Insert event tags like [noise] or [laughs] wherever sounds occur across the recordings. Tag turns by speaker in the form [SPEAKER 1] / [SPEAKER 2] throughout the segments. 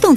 [SPEAKER 1] 懂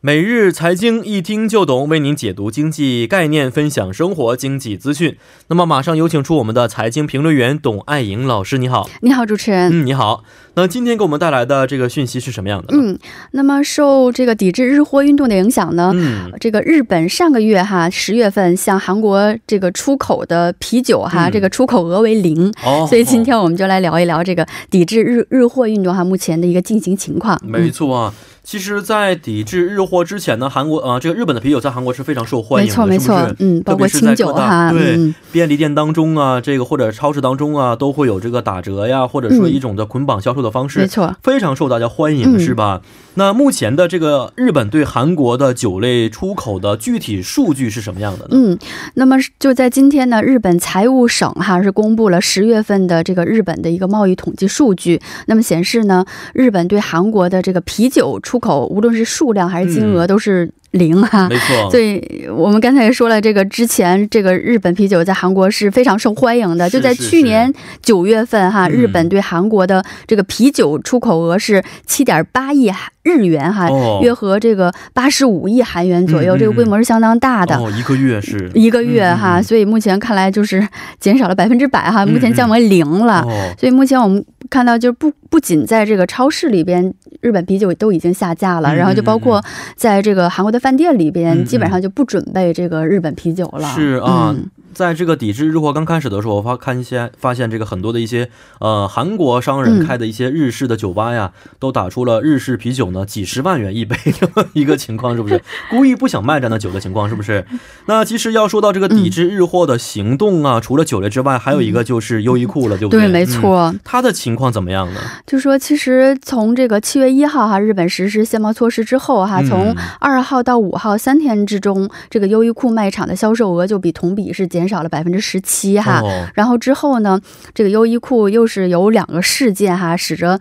[SPEAKER 2] 每日财经一听就懂，为您解读经济概念，分享生活经济资讯。那么，马上有请出我们的财经评论员董爱颖老师，你好。
[SPEAKER 3] 你好，主持人。
[SPEAKER 2] 嗯，你好。那今天给我们带来的这个讯息是什么样的呢？
[SPEAKER 3] 嗯，那么受这个抵制日货运动的影响呢，
[SPEAKER 2] 嗯
[SPEAKER 3] 这个日本上个月哈十月份向韩国这个出口的啤酒
[SPEAKER 2] 嗯
[SPEAKER 3] 哈，这个出口额为零，
[SPEAKER 2] 哦
[SPEAKER 3] 所以今天我们就来聊一聊这个抵制日日货运动哈目前的一个进行情况。嗯
[SPEAKER 2] 没错啊。其实，在抵制日货之前呢，韩国啊、呃这个日本的啤酒在韩国是非常受欢
[SPEAKER 3] 没
[SPEAKER 2] 迎的，
[SPEAKER 3] 错没
[SPEAKER 2] 是不
[SPEAKER 3] 错
[SPEAKER 2] 是，
[SPEAKER 3] 嗯，包
[SPEAKER 2] 特别
[SPEAKER 3] 括
[SPEAKER 2] 是在
[SPEAKER 3] 清酒
[SPEAKER 2] 各大
[SPEAKER 3] 哈，
[SPEAKER 2] 对、
[SPEAKER 3] 嗯，
[SPEAKER 2] 便利店当中啊，这个或者超市当中啊，都会有这个打折呀，或者
[SPEAKER 3] 嗯
[SPEAKER 2] 说一种的捆绑销售的方式，
[SPEAKER 3] 没错，
[SPEAKER 2] 非常受大家欢迎，
[SPEAKER 3] 嗯
[SPEAKER 2] 是吧？那目前的这个日本对韩国的酒类出口的具体数据是什么样的呢？
[SPEAKER 3] 嗯，那么是就在今天呢，日本财务省哈是公布了十月份的这个日本的一个贸易统计数据。那么显示呢，日本对韩国的这个啤酒出口，无论是数量还是金
[SPEAKER 2] 嗯
[SPEAKER 3] 额，都是零哈。
[SPEAKER 2] 没错，
[SPEAKER 3] 所以我们刚才也说了，这个之前这个日本啤酒在韩国是非常受欢迎的。
[SPEAKER 2] 是
[SPEAKER 3] 就在
[SPEAKER 2] 是
[SPEAKER 3] 去年九月份哈，
[SPEAKER 2] 嗯
[SPEAKER 3] 日本对韩国的这个啤酒出口额是七点八亿日元哈，
[SPEAKER 2] 哦
[SPEAKER 3] 啊约合这个八十五亿韩元左右、
[SPEAKER 2] 嗯嗯
[SPEAKER 3] 这个规模是相当大的。
[SPEAKER 2] 哦，一个月是
[SPEAKER 3] 一个月
[SPEAKER 2] 嗯
[SPEAKER 3] 哈、
[SPEAKER 2] 嗯
[SPEAKER 3] 所以目前看来就是减少了百分之百哈，
[SPEAKER 2] 嗯
[SPEAKER 3] 目前降为零了。
[SPEAKER 2] 哦，
[SPEAKER 3] 所以目前我们看到，就是不不仅在这个超市里边，日本啤酒都已经下架了，
[SPEAKER 2] 嗯
[SPEAKER 3] 然后就包括在这个韩国的饭店里边，
[SPEAKER 2] 嗯嗯
[SPEAKER 3] 基本上就不准备这个日本啤酒了。
[SPEAKER 2] 是啊
[SPEAKER 3] 嗯、
[SPEAKER 2] 在这个抵制日货刚开始的时候，我发看一些发现这个很多的一些呃韩国商人
[SPEAKER 3] 嗯
[SPEAKER 2] 开的一些日式的酒吧呀，都打出了日式啤酒呢几十万元一杯这么一个情况，是不
[SPEAKER 3] [laughs]
[SPEAKER 2] 是？故意不想卖这样的酒的情况，是不是？那其实要说到这个抵制日货的行动啊，除了酒类之外，还有一个就是优衣库了，对不
[SPEAKER 3] 对，
[SPEAKER 2] 对，
[SPEAKER 3] 没
[SPEAKER 2] 嗯。
[SPEAKER 3] 错。
[SPEAKER 2] 他的情况怎么样呢？
[SPEAKER 3] 就说其实从这个七月一号哈，日本实施限贸措施之后
[SPEAKER 2] 嗯
[SPEAKER 3] 哈，啊从二号到五号三天之中，这个优衣库卖场的销售额就比同比是减少了百分之十七哈。
[SPEAKER 2] 哦，
[SPEAKER 3] 然后之后呢，这个优衣库又是有两个事件哈，使得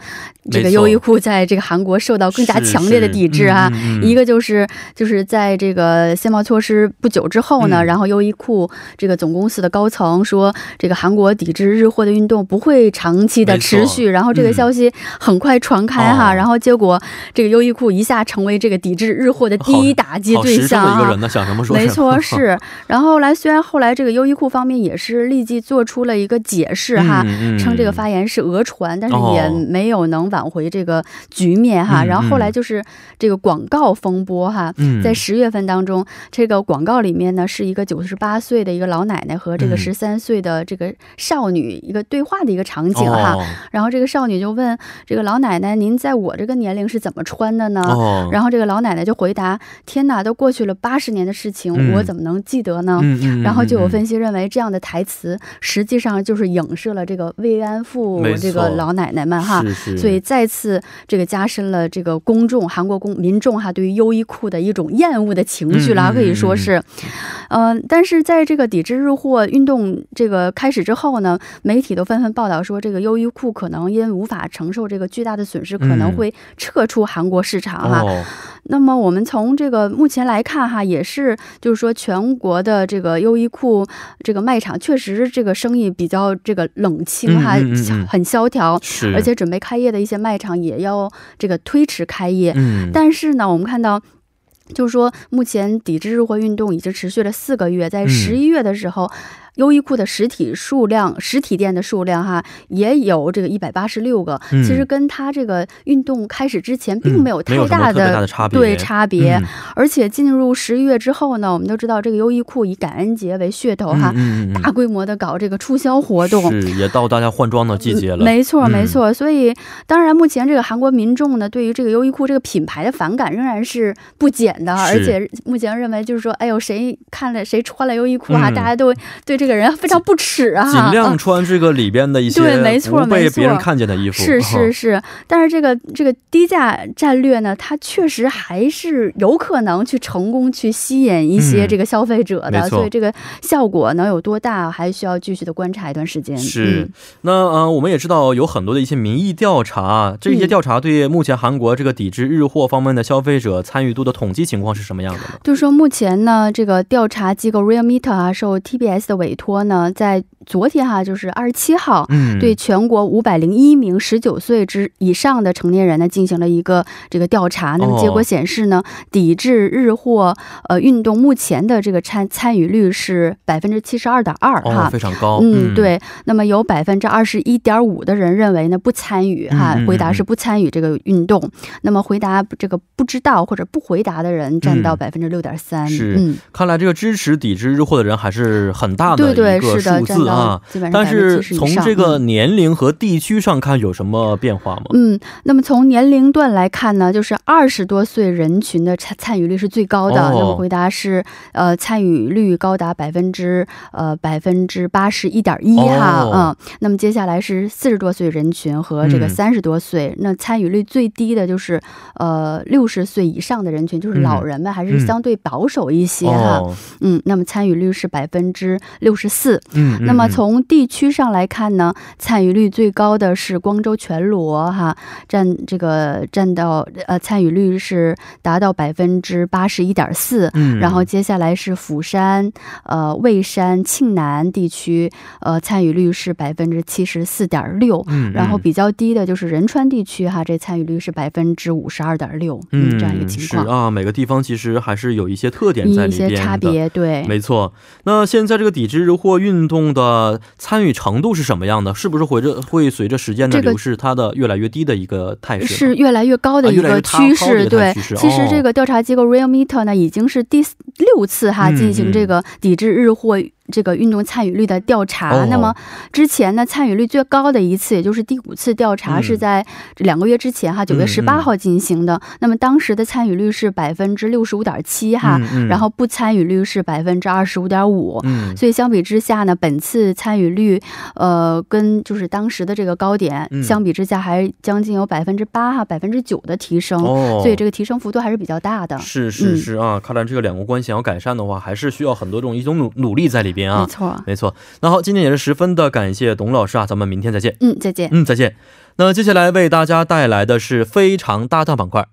[SPEAKER 2] 没
[SPEAKER 3] 这
[SPEAKER 2] 错
[SPEAKER 3] 个优衣库在这个韩国受到更加强烈的抵制哈。
[SPEAKER 2] 是是嗯嗯嗯
[SPEAKER 3] 一个就是就是在这个限贸措施不久之后呢，
[SPEAKER 2] 嗯
[SPEAKER 3] 然后优衣库这个总公司的高层说，这个韩国抵制日货的运动不会长期的持
[SPEAKER 2] 没
[SPEAKER 3] 续，然后这
[SPEAKER 2] 嗯
[SPEAKER 3] 个消息很快传开哈，
[SPEAKER 2] 哦
[SPEAKER 3] 然后结果这个优衣库一下成为这个抵制日货的第一打击
[SPEAKER 2] 好
[SPEAKER 3] 对
[SPEAKER 2] 实诚
[SPEAKER 3] 象啊
[SPEAKER 2] 的一个
[SPEAKER 3] 哈。
[SPEAKER 2] 人呢，想什么说什么。
[SPEAKER 3] 没
[SPEAKER 2] [laughs]
[SPEAKER 3] 错，是。然后后来虽然后来这个优衣库方面也是立即做出了一个解释哈。
[SPEAKER 2] [laughs] 嗯嗯
[SPEAKER 3] 称这个发言是讹传，但是
[SPEAKER 2] 哦
[SPEAKER 3] 也没有能挽回这个局面哈。
[SPEAKER 2] 嗯
[SPEAKER 3] 然后后来就是这个广告风波哈，
[SPEAKER 2] 嗯
[SPEAKER 3] 在十月份当中，这个广告里面呢是一个九十八岁的一个老奶奶和这个
[SPEAKER 2] 嗯
[SPEAKER 3] 十三岁的这个少女一个对话的一个场景哈。
[SPEAKER 2] 哦
[SPEAKER 3] 然后这个少女就问这个老奶奶：“您在我这个年龄是怎么穿的呢？”
[SPEAKER 2] 哦，
[SPEAKER 3] 啊然后这个老奶奶就回答：“天哪，都过去了八十年的事情、
[SPEAKER 2] 嗯
[SPEAKER 3] 我怎么能记得呢？”
[SPEAKER 2] 嗯嗯嗯
[SPEAKER 3] 然后就有
[SPEAKER 2] 嗯
[SPEAKER 3] 分析认为，这样的台词实际上就是影射了这个慰安妇
[SPEAKER 2] 没错
[SPEAKER 3] 这个老奶奶们哈，
[SPEAKER 2] 是是
[SPEAKER 3] 所以再次这个加深了这个公众韩国公民众哈对于优衣库的一种厌恶的情绪
[SPEAKER 2] 嗯
[SPEAKER 3] 啦，
[SPEAKER 2] 嗯嗯
[SPEAKER 3] 可以说是，呃，但是在这个抵制日货运动这个开始之后呢，媒体都纷纷报道说，这个优衣库可能因无法承受这个巨大的损失，可
[SPEAKER 2] 嗯
[SPEAKER 3] 能会撤出韩国市场哈。
[SPEAKER 2] 哦，
[SPEAKER 3] 那么我们从这个目前来看哈，也是就是说全国的这个优衣库这个卖场确实这个生意比较这个冷清哈，
[SPEAKER 2] 嗯嗯嗯嗯
[SPEAKER 3] 很萧条，
[SPEAKER 2] 是，
[SPEAKER 3] 而且准备开业的一些卖场也要这个推迟开业。
[SPEAKER 2] 嗯，
[SPEAKER 3] 但是呢，我们看到。就是说，目前抵制日货运动已经持续了四个月，在
[SPEAKER 2] 嗯
[SPEAKER 3] 十一月的时候，优衣库的实体数量、实体店的数量哈，也有这个一百八十六个、
[SPEAKER 2] 嗯
[SPEAKER 3] 其实跟它这个运动开始之前并
[SPEAKER 2] 嗯
[SPEAKER 3] 没有
[SPEAKER 2] 没
[SPEAKER 3] 太
[SPEAKER 2] 有什么
[SPEAKER 3] 大
[SPEAKER 2] 特别大
[SPEAKER 3] 的
[SPEAKER 2] 的差别，
[SPEAKER 3] 对差别、
[SPEAKER 2] 嗯
[SPEAKER 3] 而且进入十一月之后呢，我们都知道这个优衣库以感恩节为噱头哈，
[SPEAKER 2] 嗯嗯嗯嗯
[SPEAKER 3] 大规模的搞这个促销活动。
[SPEAKER 2] 是也到大家换装的季节了，
[SPEAKER 3] 没错，
[SPEAKER 2] 嗯
[SPEAKER 3] 没错。所以，当然，目前这个韩国民众呢，对于这个优衣库这个品牌的反感仍然是不减的，
[SPEAKER 2] 是
[SPEAKER 3] 而且目前认为就是说，哎呦，谁看了谁穿了优衣库哈、
[SPEAKER 2] 嗯
[SPEAKER 3] 大家都对这这个人非常不耻啊，
[SPEAKER 2] 尽量穿这个里边的一些
[SPEAKER 3] 对没错
[SPEAKER 2] 不被
[SPEAKER 3] 没错
[SPEAKER 2] 别人看见的衣服。
[SPEAKER 3] 是是
[SPEAKER 2] 嗯，
[SPEAKER 3] 是，但是这个这个低价战略呢，它确实还是有可能去成功去吸引一些
[SPEAKER 2] 嗯
[SPEAKER 3] 这个消费者的，
[SPEAKER 2] 没错
[SPEAKER 3] 所以这个效果能有多大，还需要继续的观察一段时间。
[SPEAKER 2] 是
[SPEAKER 3] 嗯、，
[SPEAKER 2] 那呃，我们也知道有很多的一些民意调查，啊这一些
[SPEAKER 3] 嗯
[SPEAKER 2] 调查对目前韩国这个抵制日货方面的消费者参与度的统计情况是什么样的呢？
[SPEAKER 3] 就是说目前呢，这个调查机构 Real Meter 啊，受 TBS 的委托呢，在昨天哈、就是二十七号。
[SPEAKER 2] 嗯，
[SPEAKER 3] 对，全国五百零一名十九岁之以上的成年人呢，进行了一个这个调查。
[SPEAKER 2] 哦
[SPEAKER 3] 那么结果显示呢，抵制日货呃运动目前的这个参参与率是百分之七十二点二
[SPEAKER 2] 哦，
[SPEAKER 3] 哈。
[SPEAKER 2] 非常高。
[SPEAKER 3] 嗯，，对。那么有百分之二十一点五的人认为呢不参与哈
[SPEAKER 2] 嗯嗯嗯，
[SPEAKER 3] 回答是不参与这个运动。那么回答这个不知道或者不回答的人占到百分之六点
[SPEAKER 2] 嗯
[SPEAKER 3] 三。
[SPEAKER 2] 是
[SPEAKER 3] 嗯，
[SPEAKER 2] 看来这个支持抵制日货的人还是很大的
[SPEAKER 3] 对
[SPEAKER 2] 一
[SPEAKER 3] 对，
[SPEAKER 2] 个
[SPEAKER 3] 是的，
[SPEAKER 2] 数
[SPEAKER 3] 占
[SPEAKER 2] 字
[SPEAKER 3] 到
[SPEAKER 2] 啊。
[SPEAKER 3] 基本上
[SPEAKER 2] 但
[SPEAKER 3] 百分
[SPEAKER 2] 是
[SPEAKER 3] 之七十以
[SPEAKER 2] 从
[SPEAKER 3] 上。
[SPEAKER 2] 这个
[SPEAKER 3] 嗯
[SPEAKER 2] 年龄和地区上看，有什么变化吗？
[SPEAKER 3] 嗯，那么从年龄段来看呢，就是二十多岁人群的参参与率是最高的。
[SPEAKER 2] 哦
[SPEAKER 3] 那么回答是，呃，参与率高达百分之呃百分之八十一点一哈，
[SPEAKER 2] 哦
[SPEAKER 3] 嗯。那么接下来是四十多岁人群和这个
[SPEAKER 2] 嗯
[SPEAKER 3] 三十多岁、那参与率最低的就是呃六十岁以上的人群，就是
[SPEAKER 2] 嗯
[SPEAKER 3] 老人们、还是
[SPEAKER 2] 嗯
[SPEAKER 3] 相对保守一些哈，
[SPEAKER 2] 哦，
[SPEAKER 3] 嗯。那么参与率是百分之六十四，
[SPEAKER 2] 嗯，嗯
[SPEAKER 3] 那么
[SPEAKER 2] 嗯
[SPEAKER 3] 从地区上来看呢，参与率最高的是光州全罗哈，占这个占到呃参与率是达到百分之八十一点四。
[SPEAKER 2] 嗯，
[SPEAKER 3] 然后接下来是釜山、呃蔚山、庆南地区，呃参与率是百分之七十四点六，
[SPEAKER 2] 嗯，嗯
[SPEAKER 3] 然后比较低的就是仁川地区哈，这参与率是百分之五十二点六，
[SPEAKER 2] 嗯
[SPEAKER 3] 这样一个情
[SPEAKER 2] 是
[SPEAKER 3] 况，
[SPEAKER 2] 啊，每个地方其实还是有一些特点在
[SPEAKER 3] 一
[SPEAKER 2] 里边
[SPEAKER 3] 些
[SPEAKER 2] 的。
[SPEAKER 3] 差别，对，
[SPEAKER 2] 没错，那现在这个抵制日货运动的参与程度是什么样的？是不是会着会随着时间的
[SPEAKER 3] 这个
[SPEAKER 2] 流逝，它的越来越低的一个态势？
[SPEAKER 3] 是，越来越高的
[SPEAKER 2] 啊
[SPEAKER 3] 一
[SPEAKER 2] 越来
[SPEAKER 3] 个
[SPEAKER 2] 越高
[SPEAKER 3] 趋
[SPEAKER 2] 高的
[SPEAKER 3] 势。
[SPEAKER 2] 一个
[SPEAKER 3] 对
[SPEAKER 2] 趋势，哦
[SPEAKER 3] 其实这个调查机构 Real Meter 呢，已经是第四六次哈
[SPEAKER 2] 嗯
[SPEAKER 3] 进行这
[SPEAKER 2] 嗯
[SPEAKER 3] 个抵制日货。这个运动参与率的调查，
[SPEAKER 2] 哦
[SPEAKER 3] 那么之前呢，参与率最高的一次，也就是第五次调查，
[SPEAKER 2] 嗯
[SPEAKER 3] 是在这两个月之前哈，九月
[SPEAKER 2] 嗯
[SPEAKER 3] 十八号进行的、那么当时的参与率是百分之六十五点七哈、
[SPEAKER 2] 嗯嗯
[SPEAKER 3] 然后不参与率是百分之二十五点五，
[SPEAKER 2] 嗯，
[SPEAKER 3] 所以相比之下呢，本次参与率，呃，跟就是当时的这个高点、
[SPEAKER 2] 嗯
[SPEAKER 3] 相比之下，还将近有百分之八啊哈、百分之九的提升、
[SPEAKER 2] 哦，
[SPEAKER 3] 所以这个提升幅度还是比较大的。
[SPEAKER 2] 是是
[SPEAKER 3] 嗯
[SPEAKER 2] 是啊，看来这个两国关系要改善的话，还是需要很多种一种努努力在里边
[SPEAKER 3] 没
[SPEAKER 2] 啊。
[SPEAKER 3] 错，
[SPEAKER 2] 没错，那好，今天也是十分的感谢董老师啊，咱们明天再见。
[SPEAKER 3] 嗯，再见。
[SPEAKER 2] 嗯，再见。那接下来为大家带来的是非常搭档板块。